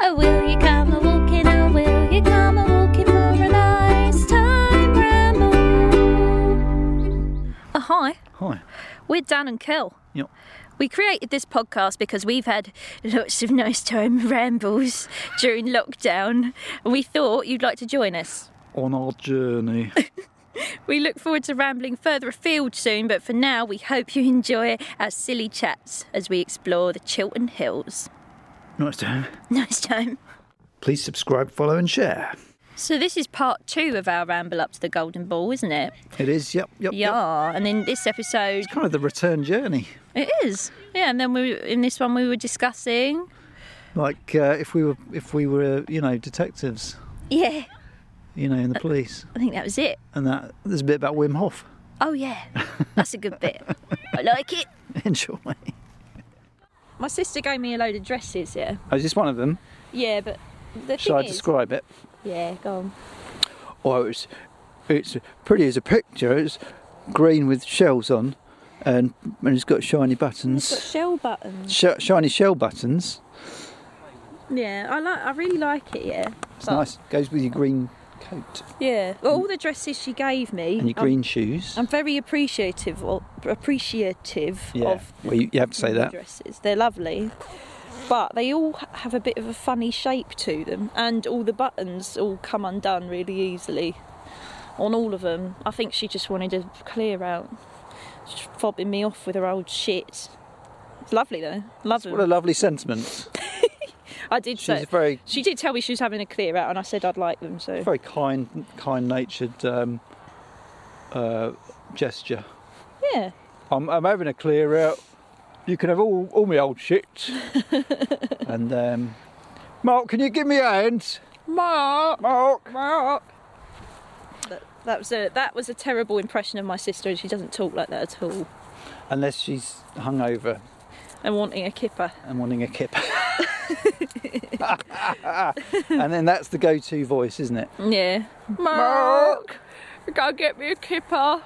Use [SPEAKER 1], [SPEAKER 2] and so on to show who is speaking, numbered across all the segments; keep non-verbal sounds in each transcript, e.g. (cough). [SPEAKER 1] Oh, will you come a walking? Oh, will you come a walking for a nice time ramble? Oh, hi,
[SPEAKER 2] Hi.
[SPEAKER 1] we're Dan and Kel.
[SPEAKER 2] Yep.
[SPEAKER 1] We created this podcast because we've had lots of nice time rambles (laughs) during lockdown. and We thought you'd like to join us.
[SPEAKER 2] On our journey.
[SPEAKER 1] We look forward to rambling further afield soon, but for now, we hope you enjoy our silly chats as we explore the Chiltern Hills.
[SPEAKER 2] nice to have.
[SPEAKER 1] Nice time.
[SPEAKER 2] Please subscribe, follow, and share.
[SPEAKER 1] So, this is part two of our ramble up to the Golden Ball, isn't it?
[SPEAKER 2] It is. Yep. Yep. yep.
[SPEAKER 1] Yeah, and in this episode,
[SPEAKER 2] Kind of the return journey.
[SPEAKER 1] it is. Yeah, and then we in this one we were discussing.
[SPEAKER 2] Like uh, if we were, if we were, you know, detectives,
[SPEAKER 1] Yeah,
[SPEAKER 2] you know, in the police,
[SPEAKER 1] I think that was it.
[SPEAKER 2] and that there's a bit about Wim Hof.
[SPEAKER 1] Oh yeah, that's a good bit. I like it.
[SPEAKER 2] Enjoy.
[SPEAKER 1] My sister gave me a load of dresses. Yeah,
[SPEAKER 2] Oh, is this one of them?
[SPEAKER 1] yeah, but the
[SPEAKER 2] Shall I describe it?
[SPEAKER 1] Yeah, go on.
[SPEAKER 2] Oh, it's it's pretty as a picture. It's green with shells on, and and it's got shiny buttons,
[SPEAKER 1] It's got shell buttons.
[SPEAKER 2] Sh- shiny shell buttons.
[SPEAKER 1] Yeah, I like. I really like it. Yeah.
[SPEAKER 2] It's
[SPEAKER 1] But-
[SPEAKER 2] nice. Goes with your green coat
[SPEAKER 1] Yeah. Well, all the dresses she gave me.
[SPEAKER 2] and your
[SPEAKER 1] I'm-
[SPEAKER 2] green shoes.
[SPEAKER 1] I'm, very appreciative. Or, appreciative
[SPEAKER 2] yeah.
[SPEAKER 1] of
[SPEAKER 2] Well, you, you have to say
[SPEAKER 1] the
[SPEAKER 2] that.
[SPEAKER 1] dresses. They're lovely, but they all have a bit of a funny shape to them, and all the buttons all come undone really easily. On all of them, I think she just wanted a clear out, just fobbing me off with her old shit. It's lovely though. Love
[SPEAKER 2] What a
[SPEAKER 1] them.
[SPEAKER 2] lovely sentiment.
[SPEAKER 1] I did
[SPEAKER 2] She's
[SPEAKER 1] say.
[SPEAKER 2] very
[SPEAKER 1] She did tell me she was having a clear out, and I said I'd like them. So
[SPEAKER 2] very kind, kind-natured um, uh, gesture.
[SPEAKER 1] yeah,
[SPEAKER 2] I'm, I'm having a clear out. You can have all, all my
[SPEAKER 1] (laughs)
[SPEAKER 2] old shit. and um, Mark, can you give me a hand?
[SPEAKER 1] Mark.
[SPEAKER 2] Mark.
[SPEAKER 1] Mark. That, that was a that was a terrible impression of my sister, and she doesn't talk like that at all.
[SPEAKER 2] Unless she's hungover
[SPEAKER 1] And wanting a kipper.
[SPEAKER 2] and wanting a kip. (laughs) and then that's the go-to voice, isn't it? (laughs)
[SPEAKER 1] Yeah. Mark, go get me a kipper.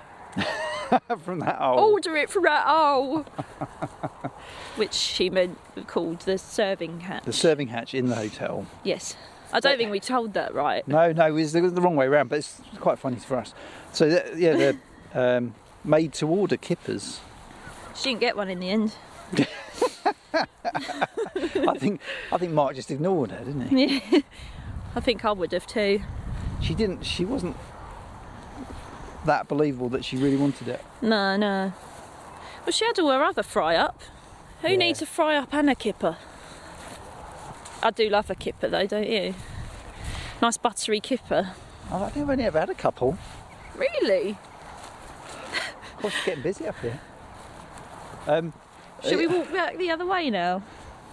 [SPEAKER 2] From that old.
[SPEAKER 1] Order it from that (laughs) hole. Which she meant called the serving hat.
[SPEAKER 2] The serving hatch in the hotel.
[SPEAKER 1] yes. I don't think we told that right.
[SPEAKER 2] No, no, it's the, the wrong way around, but it's quite funny for us. So, that, yeah, they're um, made to order kippers.
[SPEAKER 1] She didn't get one in the end.
[SPEAKER 2] I think I think Mark just ignored her, didn't he?
[SPEAKER 1] Yeah. I think I would have too.
[SPEAKER 2] She didn't. She wasn't that believable that she really wanted it.
[SPEAKER 1] No, no. Well, she had all her other fry up. Who
[SPEAKER 2] Yeah.
[SPEAKER 1] needs a fry up and a kipper? I do love a kipper though, don't you? Nice buttery kipper.
[SPEAKER 2] I think I've only ever had a couple.
[SPEAKER 1] Really?
[SPEAKER 2] Of course, it's getting busy up here. Um,
[SPEAKER 1] Should we walk back the other way now?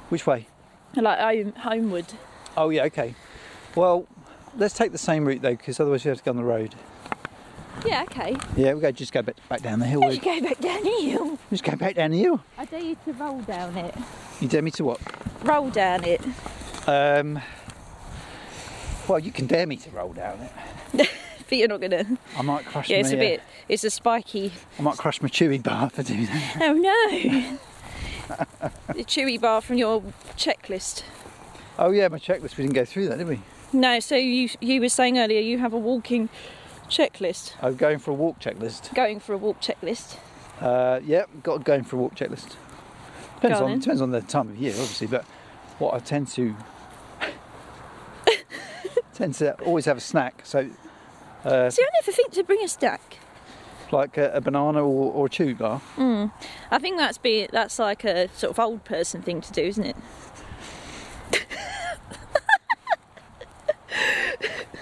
[SPEAKER 2] which way?
[SPEAKER 1] Like home, homeward.
[SPEAKER 2] Oh yeah, okay. Well, let's take the same route though, because otherwise we have to go on the road.
[SPEAKER 1] Yeah, okay.
[SPEAKER 2] Yeah, we go just go back, back down the hill.
[SPEAKER 1] You
[SPEAKER 2] We
[SPEAKER 1] should go back down here.
[SPEAKER 2] just go back down the hill.
[SPEAKER 1] I dare you to roll down it.
[SPEAKER 2] You dare me to what?
[SPEAKER 1] Roll down it. (laughs)
[SPEAKER 2] Um, well, you can dare me to roll down it.
[SPEAKER 1] But you're not gonna.
[SPEAKER 2] I might crush
[SPEAKER 1] Yeah,
[SPEAKER 2] my.
[SPEAKER 1] it's a
[SPEAKER 2] uh,
[SPEAKER 1] bit. It's a
[SPEAKER 2] (laughs)
[SPEAKER 1] spiky.
[SPEAKER 2] I might crush my chewy bar for doing that.
[SPEAKER 1] Oh
[SPEAKER 2] (laughs)
[SPEAKER 1] no! the chewy bar from your checklist.
[SPEAKER 2] Oh yeah, my checklist. We didn't go through that, did we?
[SPEAKER 1] No, so you you were saying earlier you have a walking checklist.
[SPEAKER 2] I'm going for a walk checklist.
[SPEAKER 1] Going for a walk checklist.
[SPEAKER 2] Uh, yeah, got going for a walk checklist. Depends
[SPEAKER 1] Go on
[SPEAKER 2] on,
[SPEAKER 1] then.
[SPEAKER 2] depends on the time of year, obviously, but what I
[SPEAKER 1] (laughs)
[SPEAKER 2] tend to tend to always have a snack, so uh,
[SPEAKER 1] See, I never think to bring a stack.
[SPEAKER 2] like a, a banana or, or a chew bar.
[SPEAKER 1] Mm. I think that's be that's like a sort of old person thing to do, isn't it?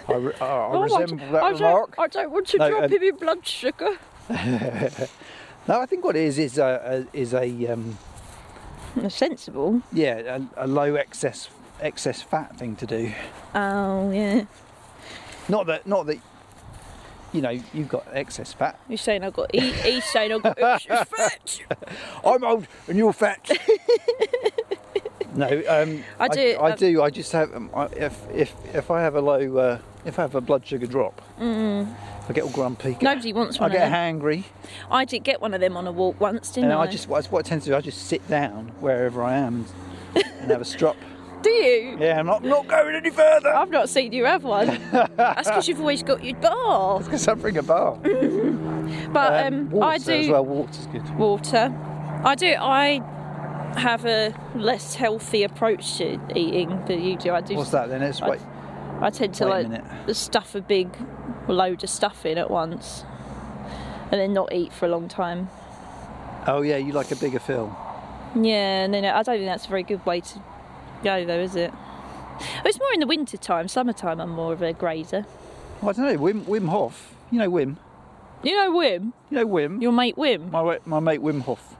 [SPEAKER 2] I, re- I, I
[SPEAKER 1] Oh,
[SPEAKER 2] resemble
[SPEAKER 1] d-
[SPEAKER 2] that
[SPEAKER 1] I
[SPEAKER 2] remark.
[SPEAKER 1] Don't, I don't want to
[SPEAKER 2] No,
[SPEAKER 1] drop
[SPEAKER 2] um,
[SPEAKER 1] him in blood sugar.
[SPEAKER 2] No, I think what it is is a, a, is a um,
[SPEAKER 1] Sensible.
[SPEAKER 2] yeah a, a low excess excess fat thing to do.
[SPEAKER 1] Oh yeah.
[SPEAKER 2] Not that not that you know you've got excess fat.
[SPEAKER 1] You're saying I've got e- he's saying
[SPEAKER 2] (laughs)
[SPEAKER 1] I've got extra fat.
[SPEAKER 2] I'm old and
[SPEAKER 1] (laughs)
[SPEAKER 2] you're fat. no, um,
[SPEAKER 1] I do-
[SPEAKER 2] I, do. I just have. Um, I, if if if I have a low, uh, if I have a blood sugar drop,
[SPEAKER 1] Mm-hmm.
[SPEAKER 2] I get all grumpy.
[SPEAKER 1] Nobody wants
[SPEAKER 2] I
[SPEAKER 1] one.
[SPEAKER 2] get
[SPEAKER 1] of them.
[SPEAKER 2] hangry,
[SPEAKER 1] I did get one of them on a walk once, didn't
[SPEAKER 2] and
[SPEAKER 1] I?
[SPEAKER 2] I just what, I- what I tend to do, I just sit down wherever I am and have a strop. (laughs)
[SPEAKER 1] Do you?
[SPEAKER 2] Yeah, I'm not, not going any further. (laughs)
[SPEAKER 1] I've not seen you have one. That's because you've always got your bar.
[SPEAKER 2] Because I bring a bar.
[SPEAKER 1] But um,
[SPEAKER 2] water
[SPEAKER 1] I do
[SPEAKER 2] as well. Water's good.
[SPEAKER 1] water. I do. I have a less healthy approach to eating than you do. I do.
[SPEAKER 2] What's that then? It's
[SPEAKER 1] I-
[SPEAKER 2] wait.
[SPEAKER 1] I tend to
[SPEAKER 2] Wait a
[SPEAKER 1] like
[SPEAKER 2] minute.
[SPEAKER 1] stuff a big load of stuff in at once, and then not eat for a long time.
[SPEAKER 2] Oh yeah, you like a bigger film.
[SPEAKER 1] Yeah, no, no, I don't think that's a very good way to go, though, is it? But It's more in the winter time. Summertime, I'm more of a grazer.
[SPEAKER 2] Well, I don't know. Wim Wim Hof. You know Wim.
[SPEAKER 1] You know Wim,
[SPEAKER 2] You know Wim.
[SPEAKER 1] your mate Wim.
[SPEAKER 2] my wa- my mate Wim Hof.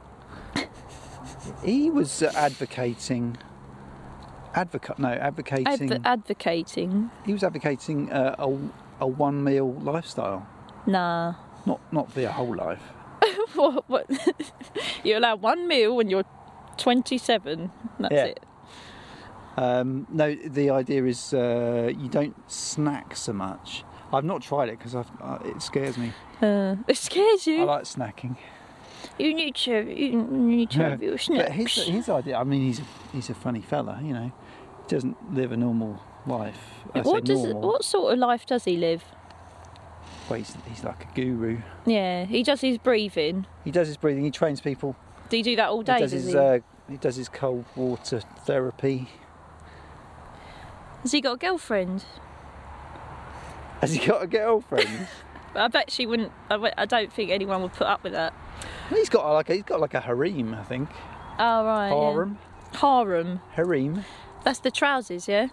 [SPEAKER 2] he was uh, advocating. Advocate no advocating.
[SPEAKER 1] Adv- uh advocating.
[SPEAKER 2] he was advocating uh, a a one meal lifestyle.
[SPEAKER 1] Nah. (laughs)
[SPEAKER 2] Not not the whole life.
[SPEAKER 1] What, what? (laughs) you allow one meal when you're 27. That's
[SPEAKER 2] Yeah.
[SPEAKER 1] it.
[SPEAKER 2] Um, no, the idea is uh, you don't snack so much. I've not tried it because uh, it scares me.
[SPEAKER 1] Uh, it scares
[SPEAKER 2] I
[SPEAKER 1] you.
[SPEAKER 2] like snacking.
[SPEAKER 1] you need to. You you need to
[SPEAKER 2] Yeah.
[SPEAKER 1] have your
[SPEAKER 2] (laughs) But
[SPEAKER 1] snacks.
[SPEAKER 2] his, his idea, I mean, he's a, he's a funny fella, you know. He doesn't live a normal life. I say
[SPEAKER 1] what does?
[SPEAKER 2] normal.
[SPEAKER 1] What sort of life does he live?
[SPEAKER 2] Well, he's, he's like a guru.
[SPEAKER 1] Yeah, he does his breathing.
[SPEAKER 2] He does his breathing. He trains people.
[SPEAKER 1] Do you do that all
[SPEAKER 2] He
[SPEAKER 1] day?
[SPEAKER 2] does
[SPEAKER 1] does
[SPEAKER 2] his
[SPEAKER 1] he?
[SPEAKER 2] uh, he does his cold water therapy. (laughs)
[SPEAKER 1] Has he got a girlfriend?
[SPEAKER 2] Has he got
[SPEAKER 1] (laughs)
[SPEAKER 2] a girlfriend?
[SPEAKER 1] I bet she wouldn't. I, w- I don't think anyone would put up with that.
[SPEAKER 2] he's got like a, he's got like a harem, I think.
[SPEAKER 1] Oh right. yeah.
[SPEAKER 2] Harem,
[SPEAKER 1] Harem.
[SPEAKER 2] harem. (laughs)
[SPEAKER 1] That's the trousers, yeah.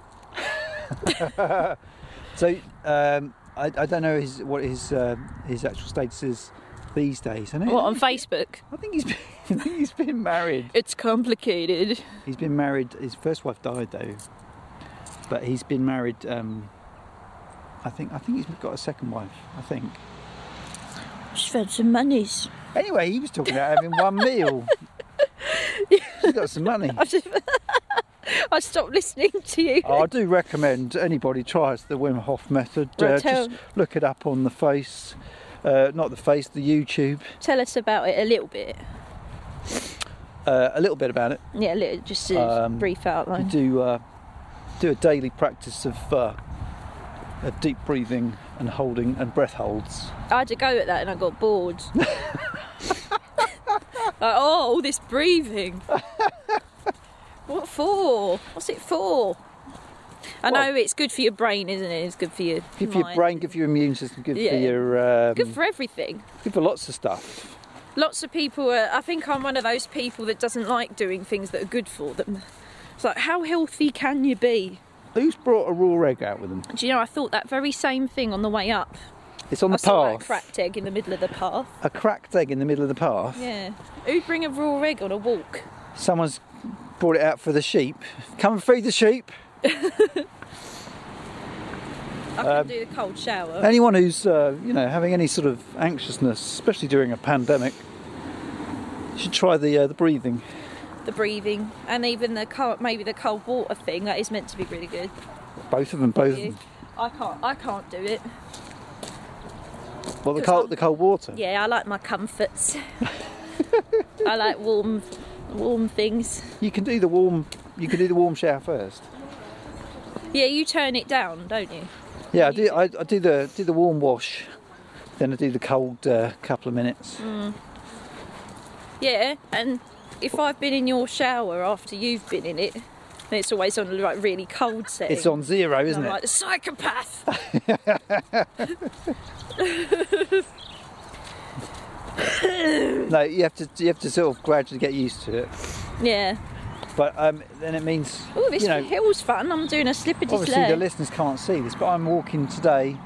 [SPEAKER 2] So um, I, I don't know his, what his uh, his actual status is these days. I, know,
[SPEAKER 1] (laughs) What on Facebook?
[SPEAKER 2] I think he's (laughs) been, I think he's been married.
[SPEAKER 1] It's complicated.
[SPEAKER 2] He's been married. His first wife died though, but he's been married. Um, I think I think he's got a second wife. I think.
[SPEAKER 1] Spend some monies.
[SPEAKER 2] Anyway, he was talking about having one meal. He's got some money.
[SPEAKER 1] I just- (laughs) I stopped listening to you.
[SPEAKER 2] Oh, I do recommend anybody tries the Wim Hof method.
[SPEAKER 1] Right,
[SPEAKER 2] uh,
[SPEAKER 1] tell-
[SPEAKER 2] just look it up on the face, uh, not the face, the YouTube.
[SPEAKER 1] Tell us about it a little bit.
[SPEAKER 2] Uh, a little bit about it.
[SPEAKER 1] Yeah, a little, just a
[SPEAKER 2] Um,
[SPEAKER 1] brief
[SPEAKER 2] You
[SPEAKER 1] outline.
[SPEAKER 2] do uh, do a daily practice of, uh, of deep breathing and holding and breath holds.
[SPEAKER 1] I had to go at that and I got
[SPEAKER 2] (laughs)
[SPEAKER 1] bored. like, oh, all this breathing. what for? What's it for? I
[SPEAKER 2] Well-
[SPEAKER 1] know it's good for your brain, isn't it? It's good for your
[SPEAKER 2] Give your
[SPEAKER 1] mind.
[SPEAKER 2] brain, give your immune system, give
[SPEAKER 1] Yeah.
[SPEAKER 2] for your um,
[SPEAKER 1] Good for everything.
[SPEAKER 2] good for lots of stuff.
[SPEAKER 1] Lots of people are. I think I'm one of those people that doesn't like doing things that are good for them. It's like, how healthy can you be?
[SPEAKER 2] Who's brought a raw egg out with them?
[SPEAKER 1] Do you know, I thought that very same thing on the way up.
[SPEAKER 2] It's on
[SPEAKER 1] I
[SPEAKER 2] the
[SPEAKER 1] saw a
[SPEAKER 2] path.
[SPEAKER 1] cracked egg in the middle of the path.
[SPEAKER 2] A cracked egg in the middle of the path.
[SPEAKER 1] Yeah. Who'd bring a raw egg on a walk?
[SPEAKER 2] Someone's brought it out for the sheep. Come and feed the sheep.
[SPEAKER 1] I can
[SPEAKER 2] Um,
[SPEAKER 1] do the cold shower.
[SPEAKER 2] Anyone who's uh, you know having any sort of anxiousness, especially during a pandemic, should try the uh, the breathing.
[SPEAKER 1] the breathing and even the cold, maybe the cold water thing that is meant to be really good.
[SPEAKER 2] Both of them, both of
[SPEAKER 1] You-
[SPEAKER 2] them.
[SPEAKER 1] I can't I can't do it.
[SPEAKER 2] Well, the
[SPEAKER 1] Because I'm-
[SPEAKER 2] cold, the cold water.
[SPEAKER 1] Yeah, I like my
[SPEAKER 2] (laughs)
[SPEAKER 1] comforts. I like warm warm things.
[SPEAKER 2] You can do the warm. You can do the warm shower first.
[SPEAKER 1] Yeah, you turn it down, don't you?
[SPEAKER 2] Yeah, I do. I, I do the do the warm wash, then I do the cold uh, couple of minutes.
[SPEAKER 1] Mm. Yeah, and if I've been in your shower after you've been in it, then it's always on a like really cold setting.
[SPEAKER 2] It's on zero,
[SPEAKER 1] And
[SPEAKER 2] isn't
[SPEAKER 1] I'm
[SPEAKER 2] it?
[SPEAKER 1] like,
[SPEAKER 2] (laughs)
[SPEAKER 1] psychopath.
[SPEAKER 2] No, you have to you have to sort of gradually get used to it.
[SPEAKER 1] yeah.
[SPEAKER 2] But um, then it means
[SPEAKER 1] Oh, this
[SPEAKER 2] you know
[SPEAKER 1] hill's fun. I'm doing a slippity
[SPEAKER 2] obviously the
[SPEAKER 1] sled.
[SPEAKER 2] listeners can't see this, but I'm walking today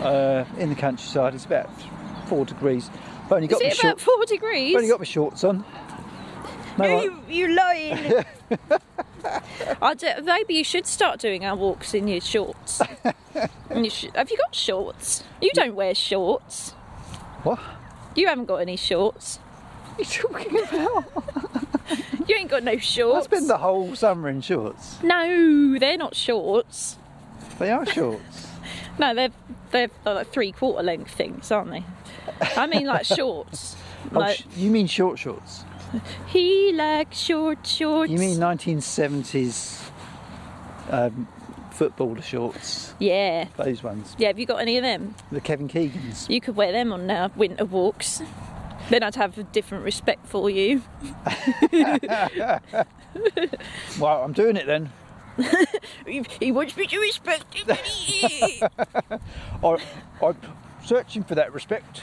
[SPEAKER 2] uh, in the countryside. It's about four degrees. I've only
[SPEAKER 1] Is
[SPEAKER 2] got my
[SPEAKER 1] it about
[SPEAKER 2] shorts.
[SPEAKER 1] four degrees?
[SPEAKER 2] I've only got my shorts on.
[SPEAKER 1] No,
[SPEAKER 2] No, I-
[SPEAKER 1] you, you
[SPEAKER 2] (laughs)
[SPEAKER 1] lying. I do, maybe you should start doing our walks in your shorts. And you should, have you got shorts? You don't wear shorts.
[SPEAKER 2] what?
[SPEAKER 1] You haven't got any shorts.
[SPEAKER 2] What are you
[SPEAKER 1] (laughs)
[SPEAKER 2] talking about?
[SPEAKER 1] You ain't got no
[SPEAKER 2] I
[SPEAKER 1] shorts.
[SPEAKER 2] spend the whole summer in shorts.
[SPEAKER 1] No, they're not shorts.
[SPEAKER 2] They are
[SPEAKER 1] (laughs)
[SPEAKER 2] shorts.
[SPEAKER 1] No, they're they're like three quarter length things, aren't they? I mean,
[SPEAKER 2] (laughs)
[SPEAKER 1] like shorts.
[SPEAKER 2] Oh,
[SPEAKER 1] Like
[SPEAKER 2] sh- you mean short shorts?
[SPEAKER 1] he likes short shorts.
[SPEAKER 2] You mean 1970s um, footballer shorts,
[SPEAKER 1] Yeah.
[SPEAKER 2] those ones,
[SPEAKER 1] Yeah, have you got any of them?
[SPEAKER 2] the Kevin Keegans.
[SPEAKER 1] You could wear them on uh, winter walks. Then I'd have a different respect for you.
[SPEAKER 2] Well, I'm doing it then.
[SPEAKER 1] He he wants me to respect him. but (laughs) he-
[SPEAKER 2] I, I'm searching for that respect,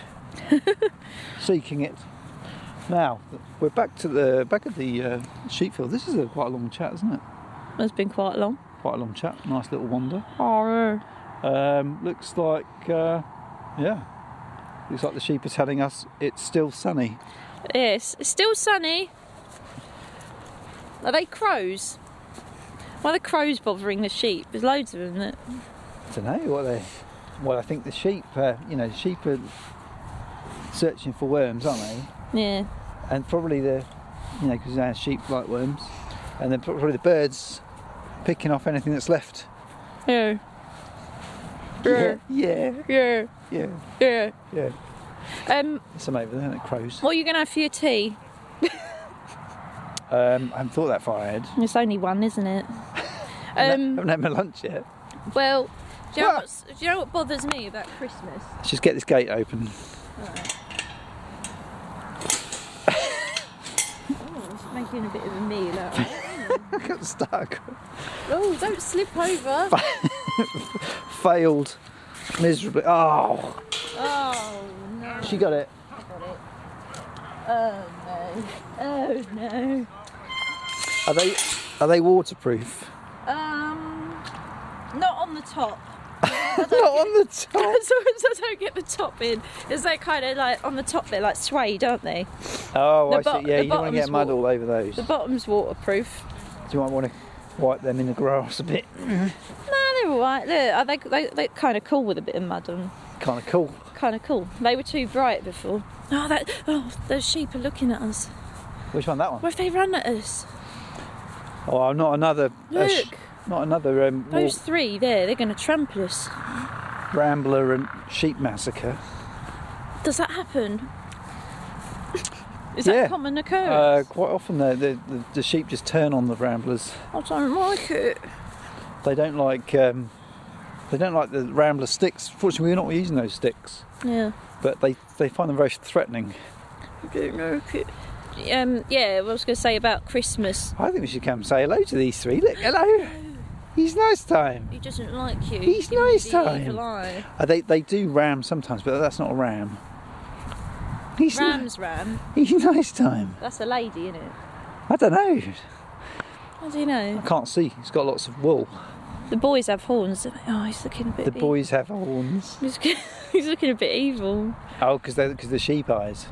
[SPEAKER 2] seeking it. Now we're back to the back of the uh, sheep field. This is a quite a long chat, isn't it?
[SPEAKER 1] That's been quite long.
[SPEAKER 2] Quite a long chat. Nice little wander.
[SPEAKER 1] Horror.
[SPEAKER 2] Um, looks like, uh, yeah, looks like the sheep are telling us it's still sunny.
[SPEAKER 1] Yes, it's still sunny. Are they crows? Why are the crows bothering the sheep? There's loads of them. That...
[SPEAKER 2] I don't know what they. Well, I think the sheep, uh, you know, sheep are searching for worms, aren't they?
[SPEAKER 1] Yeah.
[SPEAKER 2] And probably the, you know, because our sheep like worms, and then probably the birds picking off anything that's left.
[SPEAKER 1] Yeah. Yeah.
[SPEAKER 2] yeah,
[SPEAKER 1] Yeah.
[SPEAKER 2] yeah,
[SPEAKER 1] Yeah.
[SPEAKER 2] yeah.
[SPEAKER 1] Um,
[SPEAKER 2] There's some over there that crows.
[SPEAKER 1] what are you going to have for your tea?
[SPEAKER 2] Um, I haven't thought that far ahead.
[SPEAKER 1] It's only one, isn't (laughs) it?
[SPEAKER 2] Um,
[SPEAKER 1] Um,
[SPEAKER 2] haven't had my lunch yet.
[SPEAKER 1] well, do you, know
[SPEAKER 2] What?
[SPEAKER 1] what's, do you know what bothers me about Christmas?
[SPEAKER 2] Let's just get this gate open. (laughs)
[SPEAKER 1] Oh, it's making a bit of a meal out of it.
[SPEAKER 2] I got stuck.
[SPEAKER 1] Oh, don't slip over.
[SPEAKER 2] Failed miserably. Oh,
[SPEAKER 1] Oh, no.
[SPEAKER 2] she got it.
[SPEAKER 1] Oh, no. Oh, no.
[SPEAKER 2] Are they are they waterproof?
[SPEAKER 1] Um, not on the top. (laughs)
[SPEAKER 2] (laughs) Not on the top.
[SPEAKER 1] so, so I don't get the top in. Is they kind of like on the top bit, like suede, aren't they?
[SPEAKER 2] Oh,
[SPEAKER 1] The
[SPEAKER 2] I
[SPEAKER 1] bo-
[SPEAKER 2] see. Yeah,
[SPEAKER 1] the
[SPEAKER 2] you don't want to
[SPEAKER 1] bottom's
[SPEAKER 2] get mud
[SPEAKER 1] wa-
[SPEAKER 2] all over those.
[SPEAKER 1] The bottom's waterproof.
[SPEAKER 2] So you might want to wipe them in the grass a bit.
[SPEAKER 1] No, they're all right. They're, are they, they, they're kind of cool with a bit of mud on.
[SPEAKER 2] Kind of cool.
[SPEAKER 1] Kind of cool. They were too bright before. Oh, that, oh, those sheep are looking at us.
[SPEAKER 2] Which one? That one?
[SPEAKER 1] What if they run at us?
[SPEAKER 2] Oh, not another. a sh-
[SPEAKER 1] Look.
[SPEAKER 2] not another um, more
[SPEAKER 1] Those three there, they're going to trample us.
[SPEAKER 2] rambler and sheep massacre.
[SPEAKER 1] Does that happen? Is
[SPEAKER 2] Yeah.
[SPEAKER 1] that a common
[SPEAKER 2] Uh,
[SPEAKER 1] occurrence?
[SPEAKER 2] quite often the, the, the, the sheep just turn on the ramblers.
[SPEAKER 1] I don't like it.
[SPEAKER 2] They don't like um, they don't like the rambler sticks. Fortunately, we're not using those sticks,
[SPEAKER 1] Yeah.
[SPEAKER 2] but they, they find them very threatening.
[SPEAKER 1] Um, yeah, what I was going to say about Christmas.
[SPEAKER 2] I think we should come say hello to these three. Look, hello. He's nice time.
[SPEAKER 1] He doesn't like you.
[SPEAKER 2] He's
[SPEAKER 1] Give him
[SPEAKER 2] nice
[SPEAKER 1] the
[SPEAKER 2] time.
[SPEAKER 1] evil eye.
[SPEAKER 2] Uh, they they do ram sometimes, but that's not a ram. He's ni-
[SPEAKER 1] Ram's ram.
[SPEAKER 2] he's (laughs) nice time.
[SPEAKER 1] That's a lady, isn't it?
[SPEAKER 2] I don't know.
[SPEAKER 1] How do you
[SPEAKER 2] I
[SPEAKER 1] know?
[SPEAKER 2] can't see. He's got lots of wool.
[SPEAKER 1] The boys have horns. don't they? Oh, he's looking a bit.
[SPEAKER 2] The
[SPEAKER 1] e-
[SPEAKER 2] boys have horns.
[SPEAKER 1] He's, (laughs) he's looking a bit evil.
[SPEAKER 2] Oh, because they because the sheep eyes.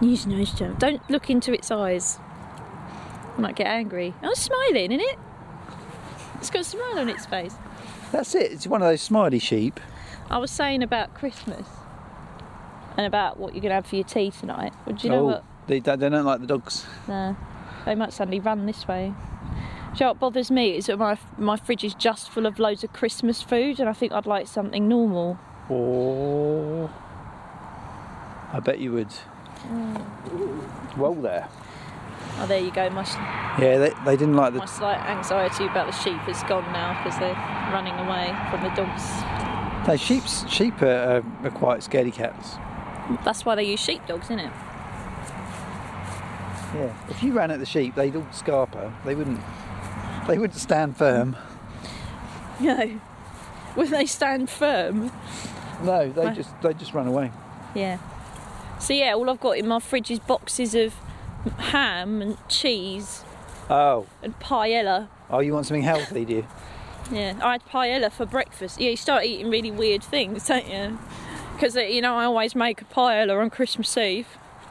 [SPEAKER 1] He's nice to him. Don't look into its eyes. I might get angry. Oh, it's smiling, isn't it? It's got a smile on its face.
[SPEAKER 2] That's it. It's one of those smiley sheep.
[SPEAKER 1] I was saying about Christmas and about what you're going to have for your tea tonight. Well, do you know
[SPEAKER 2] oh,
[SPEAKER 1] what?
[SPEAKER 2] They, they don't like the dogs.
[SPEAKER 1] No, they might suddenly run this way. Do you know what bothers me is that my my fridge is just full of loads of Christmas food, and I think I'd like something normal.
[SPEAKER 2] Oh, I bet you would.
[SPEAKER 1] Mm.
[SPEAKER 2] Well, there.
[SPEAKER 1] Oh, there you go. My s-
[SPEAKER 2] Yeah, they, they didn't like
[SPEAKER 1] my
[SPEAKER 2] the.
[SPEAKER 1] slight anxiety about the sheep is gone now because they're running away from the dogs.
[SPEAKER 2] No, sheep's sheep are, are, are quite scaredy cats.
[SPEAKER 1] That's why they use sheepdogs, isn't it?
[SPEAKER 2] Yeah. If you ran at the sheep, they'd all scarper. They wouldn't. They wouldn't stand firm.
[SPEAKER 1] No. When they stand firm.
[SPEAKER 2] No, they
[SPEAKER 1] Right.
[SPEAKER 2] just they just run away.
[SPEAKER 1] Yeah. So yeah, all I've got in my fridge is boxes of ham and cheese
[SPEAKER 2] Oh,
[SPEAKER 1] and paella.
[SPEAKER 2] oh, you want something healthy, do you?
[SPEAKER 1] Yeah, I had paella for breakfast. Yeah, you start eating really weird things, don't you? Because you know I always make a paella on Christmas Eve.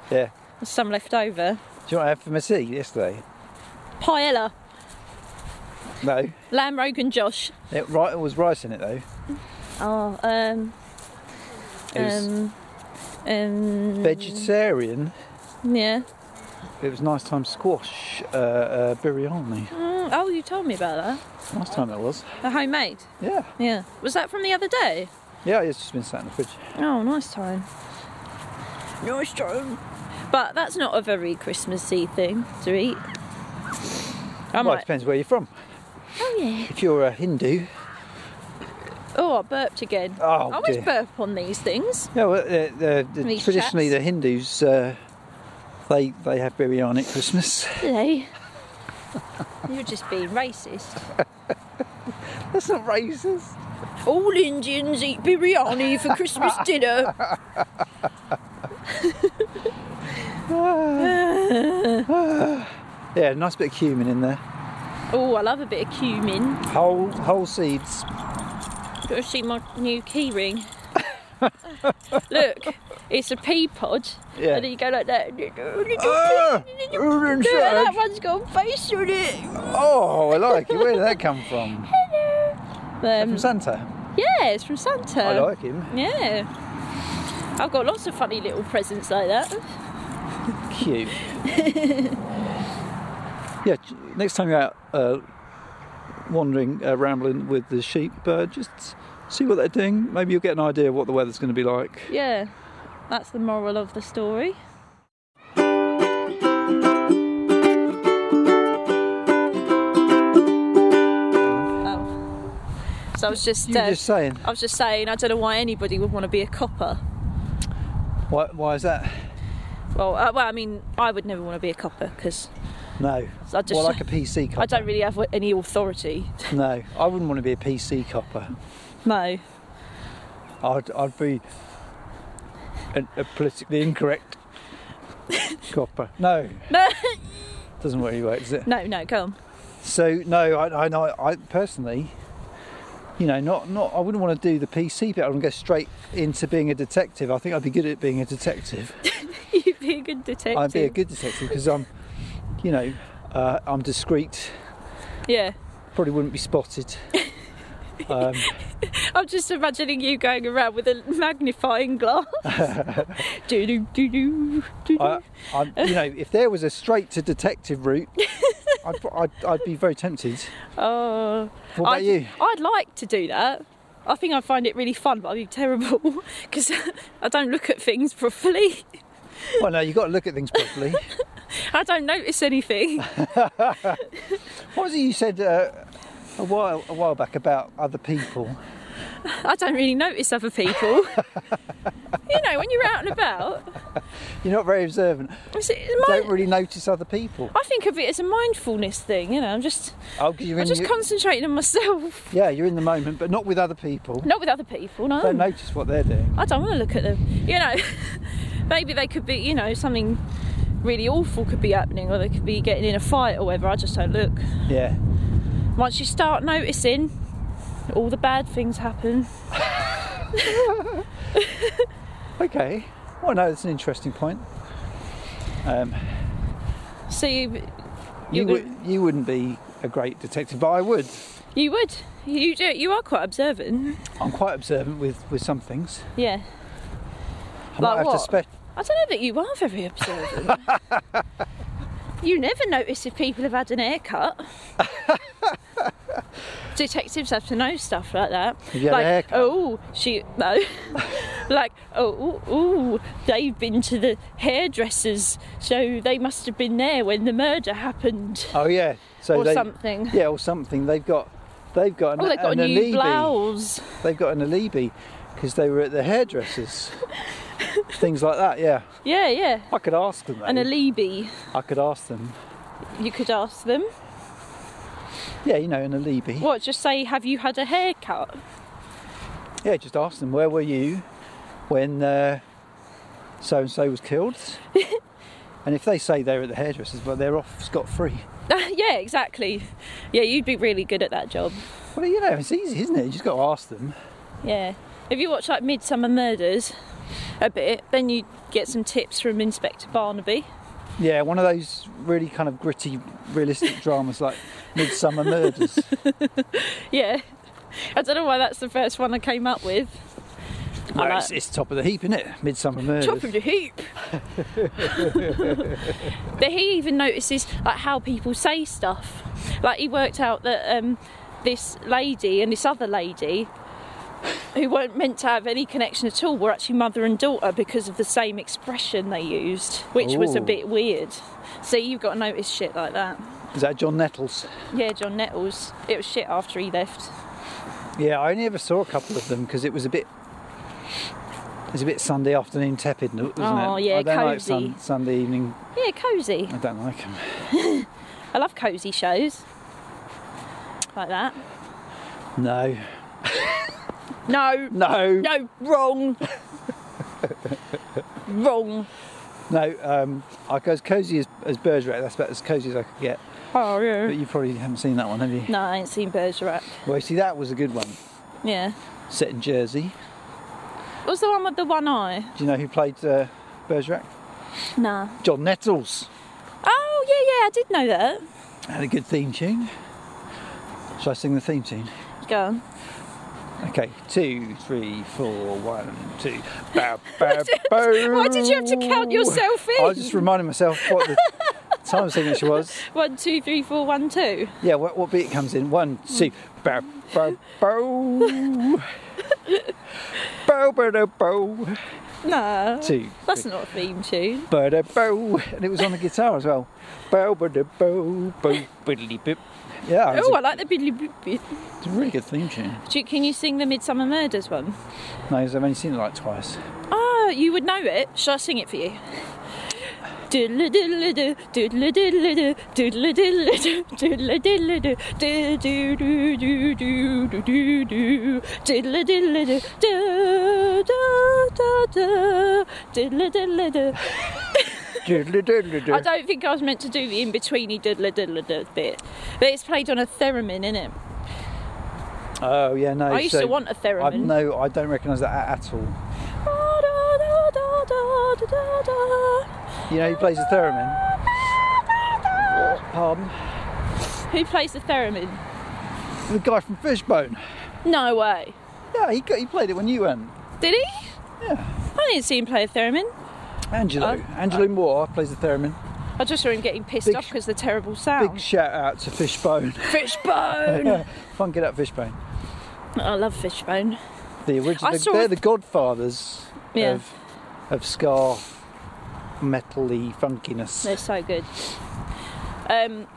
[SPEAKER 2] Yeah.
[SPEAKER 1] There's some left over.
[SPEAKER 2] Do you want to have for my tea yesterday?
[SPEAKER 1] Paella,
[SPEAKER 2] No.
[SPEAKER 1] lamb rogan Josh.
[SPEAKER 2] It, right, it was rice in it though.
[SPEAKER 1] Oh, um,
[SPEAKER 2] It was
[SPEAKER 1] um, um,
[SPEAKER 2] vegetarian.
[SPEAKER 1] Yeah.
[SPEAKER 2] It was nice time squash uh, uh, biryani.
[SPEAKER 1] Mm, oh, you told me about
[SPEAKER 2] Nice time it was.
[SPEAKER 1] that. A homemade.
[SPEAKER 2] Yeah.
[SPEAKER 1] Yeah. Was that from the other day?
[SPEAKER 2] Yeah, it's just been sat in the fridge.
[SPEAKER 1] Oh, nice time. Nice time. But that's not a very Christmassy thing to eat. I
[SPEAKER 2] well, it
[SPEAKER 1] might.
[SPEAKER 2] depends where you're from.
[SPEAKER 1] Oh yeah.
[SPEAKER 2] If you're a Hindu,
[SPEAKER 1] Oh, I burped again.
[SPEAKER 2] Oh,
[SPEAKER 1] I always
[SPEAKER 2] dear.
[SPEAKER 1] burp on these things.
[SPEAKER 2] yeah, well, the, the, the,
[SPEAKER 1] These
[SPEAKER 2] traditionally
[SPEAKER 1] chaps.
[SPEAKER 2] the Hindus, uh, they they have biryani at Christmas. (laughs)
[SPEAKER 1] Today. You're just being racist.
[SPEAKER 2] That's
[SPEAKER 1] (laughs)
[SPEAKER 2] not racist.
[SPEAKER 1] All Indians eat biryani for
[SPEAKER 2] (laughs)
[SPEAKER 1] Christmas dinner.
[SPEAKER 2] Yeah, nice bit of cumin in there.
[SPEAKER 1] Oh, I love a bit of cumin.
[SPEAKER 2] Whole whole seeds.
[SPEAKER 1] Gotta see my new key
[SPEAKER 2] (laughs)
[SPEAKER 1] ring. Look, it's a pea pod.
[SPEAKER 2] Yeah.
[SPEAKER 1] And then you go like that. Look,
[SPEAKER 2] Ah, we're in
[SPEAKER 1] that
[SPEAKER 2] charge.
[SPEAKER 1] one's got a face on it.
[SPEAKER 2] Oh, I like it. Where did that come from?
[SPEAKER 1] (laughs) Um,
[SPEAKER 2] From Santa.
[SPEAKER 1] yeah, it's from Santa.
[SPEAKER 2] I like him.
[SPEAKER 1] Yeah. I've got lots of funny little presents like that.
[SPEAKER 2] Cute. yeah, j- next time you're out uh, wandering, uh, rambling with the sheep, uh, just see what they're doing. Maybe you'll get an idea of what the weather's going to be like.
[SPEAKER 1] Yeah. That's the moral of the story. Oh. So I was just,
[SPEAKER 2] You were
[SPEAKER 1] uh,
[SPEAKER 2] just saying,
[SPEAKER 1] I was just saying, I don't know why anybody would want to be a copper.
[SPEAKER 2] why, why is that?
[SPEAKER 1] Well, uh, well, I mean, I would never want to be a copper because
[SPEAKER 2] No.
[SPEAKER 1] I just-
[SPEAKER 2] well, like a PC copper.
[SPEAKER 1] I don't really have any authority.
[SPEAKER 2] No, I wouldn't want to be a PC copper.
[SPEAKER 1] No.
[SPEAKER 2] I'd, I'd be an, a
[SPEAKER 1] (laughs)
[SPEAKER 2] politically incorrect copper. No,
[SPEAKER 1] No,
[SPEAKER 2] doesn't really work, does it?
[SPEAKER 1] no, no, go on. (laughs)
[SPEAKER 2] So no, I, I know. I personally, you know, not not. I wouldn't want to do the PC bit. I would go straight into being a detective. I think I'd be good at being a detective.
[SPEAKER 1] You'd be a good detective.
[SPEAKER 2] I'd be a good detective because I'm, you know, uh, I'm discreet.
[SPEAKER 1] Yeah.
[SPEAKER 2] Probably wouldn't be spotted. Um,
[SPEAKER 1] I'm just imagining you going around with a magnifying
[SPEAKER 2] (laughs)
[SPEAKER 1] glass. do do do do do.
[SPEAKER 2] I, I, you know, if there was a straight to detective route, I'd, pro- I'd, I'd be very tempted.
[SPEAKER 1] Oh.
[SPEAKER 2] What about
[SPEAKER 1] I'd,
[SPEAKER 2] you?
[SPEAKER 1] I'd like to do that. I think I find it really fun, but I'd be terrible (laughs) because I don't look at things properly.
[SPEAKER 2] Well, no, you've got to look at things properly.
[SPEAKER 1] I don't notice anything.
[SPEAKER 2] What was it you said uh, a while a while back about other people?
[SPEAKER 1] I don't really notice other
[SPEAKER 2] (laughs)
[SPEAKER 1] people. you know, when you're out and about,
[SPEAKER 2] You're not very observant.
[SPEAKER 1] it's, it's
[SPEAKER 2] You
[SPEAKER 1] my-
[SPEAKER 2] Don't really notice other people.
[SPEAKER 1] I think of it as a mindfulness thing. You know, I'm just,
[SPEAKER 2] Oh, 'cause you're
[SPEAKER 1] I'm
[SPEAKER 2] in
[SPEAKER 1] just
[SPEAKER 2] your-
[SPEAKER 1] concentrating on myself,
[SPEAKER 2] yeah, you're in the moment, but not with other people.
[SPEAKER 1] not with other people. No.
[SPEAKER 2] Don't notice what they're doing.
[SPEAKER 1] I don't want to look at them. You know, (laughs) maybe they could be, you know, something really awful could be happening, or they could be getting in a fight or whatever. I just don't look.
[SPEAKER 2] Yeah.
[SPEAKER 1] Once you start noticing, all the bad things happen.
[SPEAKER 2] Okay. Well, no, that's an interesting point. Um,
[SPEAKER 1] So you,
[SPEAKER 2] you
[SPEAKER 1] You're
[SPEAKER 2] would you wouldn't be a great detective, but I would.
[SPEAKER 1] you would, you do, you are quite observant.
[SPEAKER 2] I'm quite observant with with some things.
[SPEAKER 1] Yeah.
[SPEAKER 2] I
[SPEAKER 1] Like
[SPEAKER 2] might have to
[SPEAKER 1] what?
[SPEAKER 2] spec.
[SPEAKER 1] I don't know that you are very observant. you never notice if people have had an haircut. Detectives have to know stuff like that.
[SPEAKER 2] Have you had a
[SPEAKER 1] like,
[SPEAKER 2] haircut?
[SPEAKER 1] oh, she no. (laughs) like, oh, ooh, ooh, they've been to the hairdressers, so they must have been there when the murder happened,
[SPEAKER 2] Oh yeah. So
[SPEAKER 1] or
[SPEAKER 2] they,
[SPEAKER 1] something.
[SPEAKER 2] Yeah, or something. They've got they've got an,
[SPEAKER 1] Oh, they've got
[SPEAKER 2] an
[SPEAKER 1] a new
[SPEAKER 2] alibi.
[SPEAKER 1] blouse.
[SPEAKER 2] They've got an alibi because they were at the hairdressers.
[SPEAKER 1] (laughs)
[SPEAKER 2] things like that. Yeah.
[SPEAKER 1] Yeah, yeah.
[SPEAKER 2] I could ask them. Though.
[SPEAKER 1] An alibi.
[SPEAKER 2] I could ask them.
[SPEAKER 1] You could ask them.
[SPEAKER 2] Yeah, you know, an alibi.
[SPEAKER 1] What? Just say, have you had a haircut? (laughs)
[SPEAKER 2] Yeah, just ask them where were you when so and so
[SPEAKER 1] (laughs)
[SPEAKER 2] was killed, and if they say they're at the hairdressers, but they're off scot free.
[SPEAKER 1] yeah, exactly. Yeah, you'd be really good at that job.
[SPEAKER 2] Well, you know, it's easy, isn't it? You just got to ask them.
[SPEAKER 1] Yeah. If you watch like Midsummer Murders a bit, then you get some tips from Inspector Barnaby.
[SPEAKER 2] Yeah, one of those really kind of gritty,
[SPEAKER 1] (laughs)
[SPEAKER 2] realistic dramas like Midsummer Murders.
[SPEAKER 1] Yeah. I don't know why that's the first one I came up with. I
[SPEAKER 2] Well,
[SPEAKER 1] like-
[SPEAKER 2] it's, it's top of the heap, isn't it? Midsummer Murders.
[SPEAKER 1] Top of the
[SPEAKER 2] (laughs)
[SPEAKER 1] heap. but he even notices like how people say stuff. Like he worked out that um, this lady and this other lady, who weren't meant to have any connection at all, were actually mother and daughter because of the same expression they used, which was a
[SPEAKER 2] Ooh.
[SPEAKER 1] bit weird. So you've got to notice shit like that.
[SPEAKER 2] Is that John Nettles?
[SPEAKER 1] Yeah, John Nettles. It was shit after he left.
[SPEAKER 2] Yeah, I only ever saw a couple of them because it was a bit. It was a bit Sunday afternoon tepid, wasn't
[SPEAKER 1] Oh,
[SPEAKER 2] it?
[SPEAKER 1] yeah,
[SPEAKER 2] I don't like
[SPEAKER 1] cosy.
[SPEAKER 2] sun, Sunday evening.
[SPEAKER 1] Yeah, cosy.
[SPEAKER 2] I don't like them.
[SPEAKER 1] I love cosy shows like that.
[SPEAKER 2] No,
[SPEAKER 1] No,
[SPEAKER 2] no,
[SPEAKER 1] no, wrong, wrong.
[SPEAKER 2] no. Um, I go as cosy as, as Bergerac. That's about as cosy as I could get.
[SPEAKER 1] Oh yeah.
[SPEAKER 2] But you probably haven't seen that one, have you?
[SPEAKER 1] No, I ain't seen Bergerac.
[SPEAKER 2] Well, you see, that was a good one.
[SPEAKER 1] Yeah.
[SPEAKER 2] Set in Jersey.
[SPEAKER 1] What was the one with the one eye?
[SPEAKER 2] Do you know who played uh, Bergerac?
[SPEAKER 1] Nah.
[SPEAKER 2] John Nettles.
[SPEAKER 1] Oh yeah, yeah. I did know that.
[SPEAKER 2] Had a good theme tune. Shall I sing the theme tune?
[SPEAKER 1] Go on.
[SPEAKER 2] Okay, two, three, four, one, two. Bow, bow, bow.
[SPEAKER 1] (laughs) Why did you have to count yourself in?
[SPEAKER 2] I was just reminding myself what
[SPEAKER 1] (laughs)
[SPEAKER 2] the time signature was.
[SPEAKER 1] One, two, three, four, one, two.
[SPEAKER 2] Yeah, what, what beat comes in? One, two, bow, bow, bow. bow, bow, da, bow.
[SPEAKER 1] Nah.
[SPEAKER 2] Two.
[SPEAKER 1] That's not a theme tune.
[SPEAKER 2] Bow, da, bow. And it was on the guitar as well. Bow, bow, da, bow, bow, biddly bip. Yeah, it's
[SPEAKER 1] Oh, I
[SPEAKER 2] a,
[SPEAKER 1] like the biddly boop bit.
[SPEAKER 2] it's a really good theme tune.
[SPEAKER 1] Do you- Can you sing the Midsummer Murders one?
[SPEAKER 2] No, I've only seen it like twice.
[SPEAKER 1] Oh, you would know it. Shall I sing it for you? Doodle diddle do, doodle diddle do, doodle diddle do, doodle diddle do, do do do do do do do do, diddle diddle do, da da da da, diddle diddle do.
[SPEAKER 2] Doodly
[SPEAKER 1] (laughs)
[SPEAKER 2] doodly
[SPEAKER 1] I
[SPEAKER 2] do.
[SPEAKER 1] don't think I was meant to do the in betweeny diddle diddle do bit, but it's played on a theremin, innit?
[SPEAKER 2] Oh, yeah, no.
[SPEAKER 1] I used
[SPEAKER 2] so
[SPEAKER 1] to want a
[SPEAKER 2] I,
[SPEAKER 1] theremin.
[SPEAKER 2] no, I don't recognise that a- at all. You know who plays the
[SPEAKER 1] (laughs)
[SPEAKER 2] theremin? Pardon?
[SPEAKER 1] Who plays the theremin?
[SPEAKER 2] The guy from Fishbone.
[SPEAKER 1] No way.
[SPEAKER 2] Yeah, he, got- he played it when you went.
[SPEAKER 1] Did he?
[SPEAKER 2] Yeah.
[SPEAKER 1] I didn't see him play a theremin.
[SPEAKER 2] Angelo.
[SPEAKER 1] Oh.
[SPEAKER 2] Angelo Moore plays the theremin.
[SPEAKER 1] I just saw him getting pissed
[SPEAKER 2] Big
[SPEAKER 1] off
[SPEAKER 2] sh-
[SPEAKER 1] because the terrible
[SPEAKER 2] Big
[SPEAKER 1] sound.
[SPEAKER 2] shout out to Fishbone. (laughs)
[SPEAKER 1] fishbone.
[SPEAKER 2] Funk it up, Fishbone.
[SPEAKER 1] I love fishbone.
[SPEAKER 2] The original.
[SPEAKER 1] I saw
[SPEAKER 2] they're
[SPEAKER 1] a-
[SPEAKER 2] the godfathers
[SPEAKER 1] Yeah.
[SPEAKER 2] of, of ska metally funkiness.
[SPEAKER 1] They're so good. Um,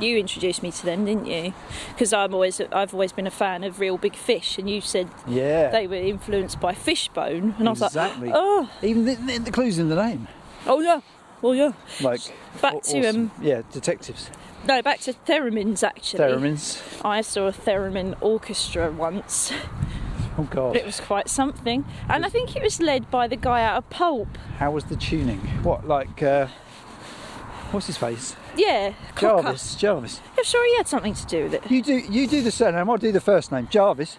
[SPEAKER 1] you introduced me to them, didn't you? Because I'm always I've always been a fan of real big fish, and you said
[SPEAKER 2] Yeah.
[SPEAKER 1] they were influenced by fishbone, and I was
[SPEAKER 2] Exactly.
[SPEAKER 1] like, oh,
[SPEAKER 2] Even the, the, the clues in the name.
[SPEAKER 1] oh yeah, oh yeah.
[SPEAKER 2] Like.
[SPEAKER 1] Back
[SPEAKER 2] aw-
[SPEAKER 1] to um,
[SPEAKER 2] awesome. Yeah, detectives.
[SPEAKER 1] no, back to theremins actually.
[SPEAKER 2] Theremins.
[SPEAKER 1] I saw a theremin orchestra once.
[SPEAKER 2] Oh, God.
[SPEAKER 1] It was quite something, and I think it was led by the guy out of Pulp.
[SPEAKER 2] How was the tuning? What, like, uh, what's his face?
[SPEAKER 1] Yeah, Cocker.
[SPEAKER 2] Jarvis. Jarvis.
[SPEAKER 1] I'm sure he had something to do with it.
[SPEAKER 2] You do, you do the surname. I'll do the first name. Jarvis.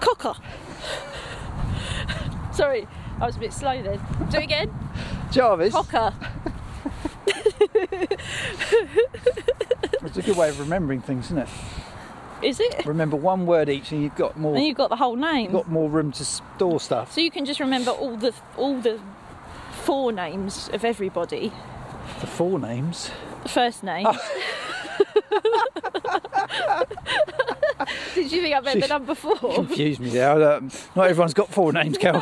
[SPEAKER 1] Cocker. Sorry, I was a bit slow then. Do it again.
[SPEAKER 2] Jarvis.
[SPEAKER 1] Cocker.
[SPEAKER 2] It's a good way of remembering things, isn't it?
[SPEAKER 1] Is it?
[SPEAKER 2] Remember one word each, and you've got more.
[SPEAKER 1] And you've got the whole
[SPEAKER 2] you've
[SPEAKER 1] name.
[SPEAKER 2] got more room to store stuff.
[SPEAKER 1] So you can just remember all the all the four names of everybody.
[SPEAKER 2] The four names.
[SPEAKER 1] The first name.
[SPEAKER 2] Oh.
[SPEAKER 1] (laughs) Did you think I meant the
[SPEAKER 2] Sheesh.
[SPEAKER 1] number four?
[SPEAKER 2] Confused me there. Uh, Not everyone's got four
[SPEAKER 1] (laughs)
[SPEAKER 2] names, Cal.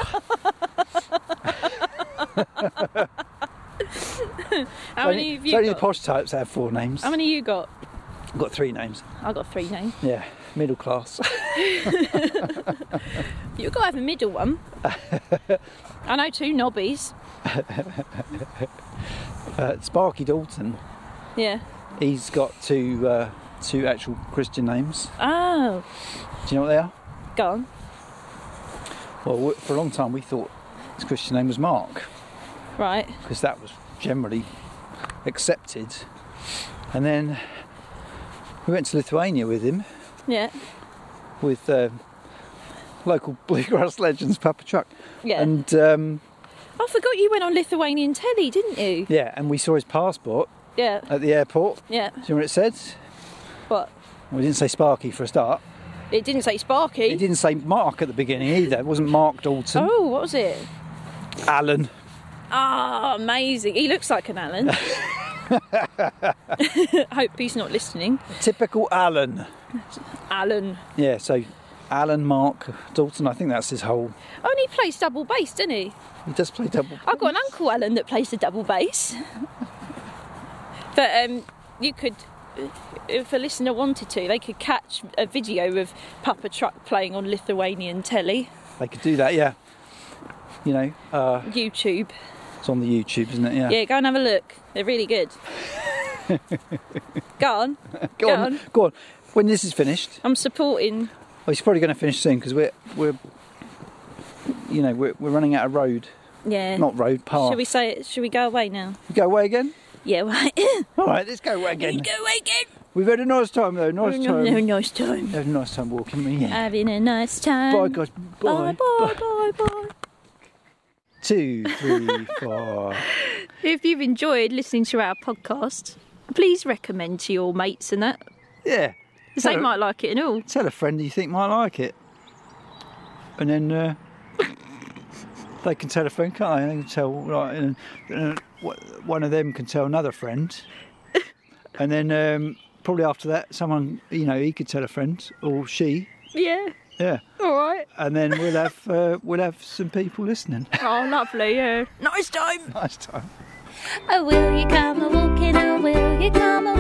[SPEAKER 1] How many
[SPEAKER 2] It's
[SPEAKER 1] have you
[SPEAKER 2] only the
[SPEAKER 1] got?
[SPEAKER 2] posh types that have four names.
[SPEAKER 1] How many you got?
[SPEAKER 2] I've got three names.
[SPEAKER 1] I got three names.
[SPEAKER 2] Yeah, middle class.
[SPEAKER 1] You've got to have a middle
[SPEAKER 2] (laughs)
[SPEAKER 1] one. I know two knobbies.
[SPEAKER 2] Uh, Sparky Dalton.
[SPEAKER 1] Yeah.
[SPEAKER 2] He's got two uh, two actual Christian names.
[SPEAKER 1] Oh,
[SPEAKER 2] Do you know what they are?
[SPEAKER 1] go on.
[SPEAKER 2] Well, we- for a long time we thought his Christian name was Mark
[SPEAKER 1] Right.
[SPEAKER 2] because that was generally accepted. And then we went to Lithuania with him
[SPEAKER 1] Yeah.
[SPEAKER 2] with uh, local (laughs) bluegrass legends Papa Chuck.
[SPEAKER 1] Yeah.
[SPEAKER 2] And um,
[SPEAKER 1] I forgot you went on Lithuanian telly, didn't you?
[SPEAKER 2] yeah, and we saw his passport
[SPEAKER 1] Yeah.
[SPEAKER 2] at the airport.
[SPEAKER 1] Yeah.
[SPEAKER 2] Do you know what it said?
[SPEAKER 1] But
[SPEAKER 2] We didn't say Sparky for a start.
[SPEAKER 1] it didn't say Sparky.
[SPEAKER 2] It didn't say Mark at the beginning either. It wasn't Mark Dalton.
[SPEAKER 1] Oh, what was it?
[SPEAKER 2] Alan.
[SPEAKER 1] Ah, amazing. He looks like an
[SPEAKER 2] (laughs)
[SPEAKER 1] Alan. (laughs) Hope he's not listening.
[SPEAKER 2] Typical Alan.
[SPEAKER 1] Alan.
[SPEAKER 2] Yeah, so Alan Mark Dalton, I think that's his whole.
[SPEAKER 1] Oh, and he plays double bass, doesn't he?
[SPEAKER 2] He does play double.
[SPEAKER 1] I've got an uncle Alan that plays the double bass. But um, you could, if a listener wanted to, they could catch a video of Papa Truck playing on Lithuanian telly,
[SPEAKER 2] They could do that, yeah. You know, uh,
[SPEAKER 1] YouTube.
[SPEAKER 2] it's on the YouTube, isn't it? Yeah.
[SPEAKER 1] Yeah, go and have a look. They're really
[SPEAKER 2] (laughs)
[SPEAKER 1] good. go on.
[SPEAKER 2] go,
[SPEAKER 1] go
[SPEAKER 2] on,
[SPEAKER 1] on.
[SPEAKER 2] Go on. When this is finished,
[SPEAKER 1] I'm supporting.
[SPEAKER 2] well, Oh, it's probably going to finish soon because we're we're you know we're, we're running out of road,
[SPEAKER 1] Yeah.
[SPEAKER 2] not road path.
[SPEAKER 1] Should we say? it? Should we go away now?
[SPEAKER 2] We go away again?
[SPEAKER 1] Yeah. (laughs) Right.
[SPEAKER 2] All right, let's go away again.
[SPEAKER 1] go away again.
[SPEAKER 2] We've had a nice time though. Nice
[SPEAKER 1] No,
[SPEAKER 2] time.
[SPEAKER 1] no, nice time.
[SPEAKER 2] Had a nice time walking. haven't we? Yeah.
[SPEAKER 1] Having a nice time.
[SPEAKER 2] bye guys.
[SPEAKER 1] Um, Bye.
[SPEAKER 2] Bye.
[SPEAKER 1] Bye. Bye. Bye.
[SPEAKER 2] Two, three, (laughs) four.
[SPEAKER 1] If you've enjoyed listening to our podcast, please recommend to your mates and that.
[SPEAKER 2] yeah.
[SPEAKER 1] 'cause they
[SPEAKER 2] Tell a-
[SPEAKER 1] might like it and all.
[SPEAKER 2] Tell a friend you think might like it, and then uh, they can tell a friend, can't they? They can tell right, and and, uh, one of them can tell another friend, and then um, probably after that, someone you know he could tell a friend or she,
[SPEAKER 1] Yeah.
[SPEAKER 2] yeah,
[SPEAKER 1] All right.
[SPEAKER 2] and then we'll have uh, we'll have some people listening. (laughs)
[SPEAKER 1] Oh, lovely. Yeah. Nice time.
[SPEAKER 2] nice time.
[SPEAKER 3] Oh, will you come a walking? Oh, will you come a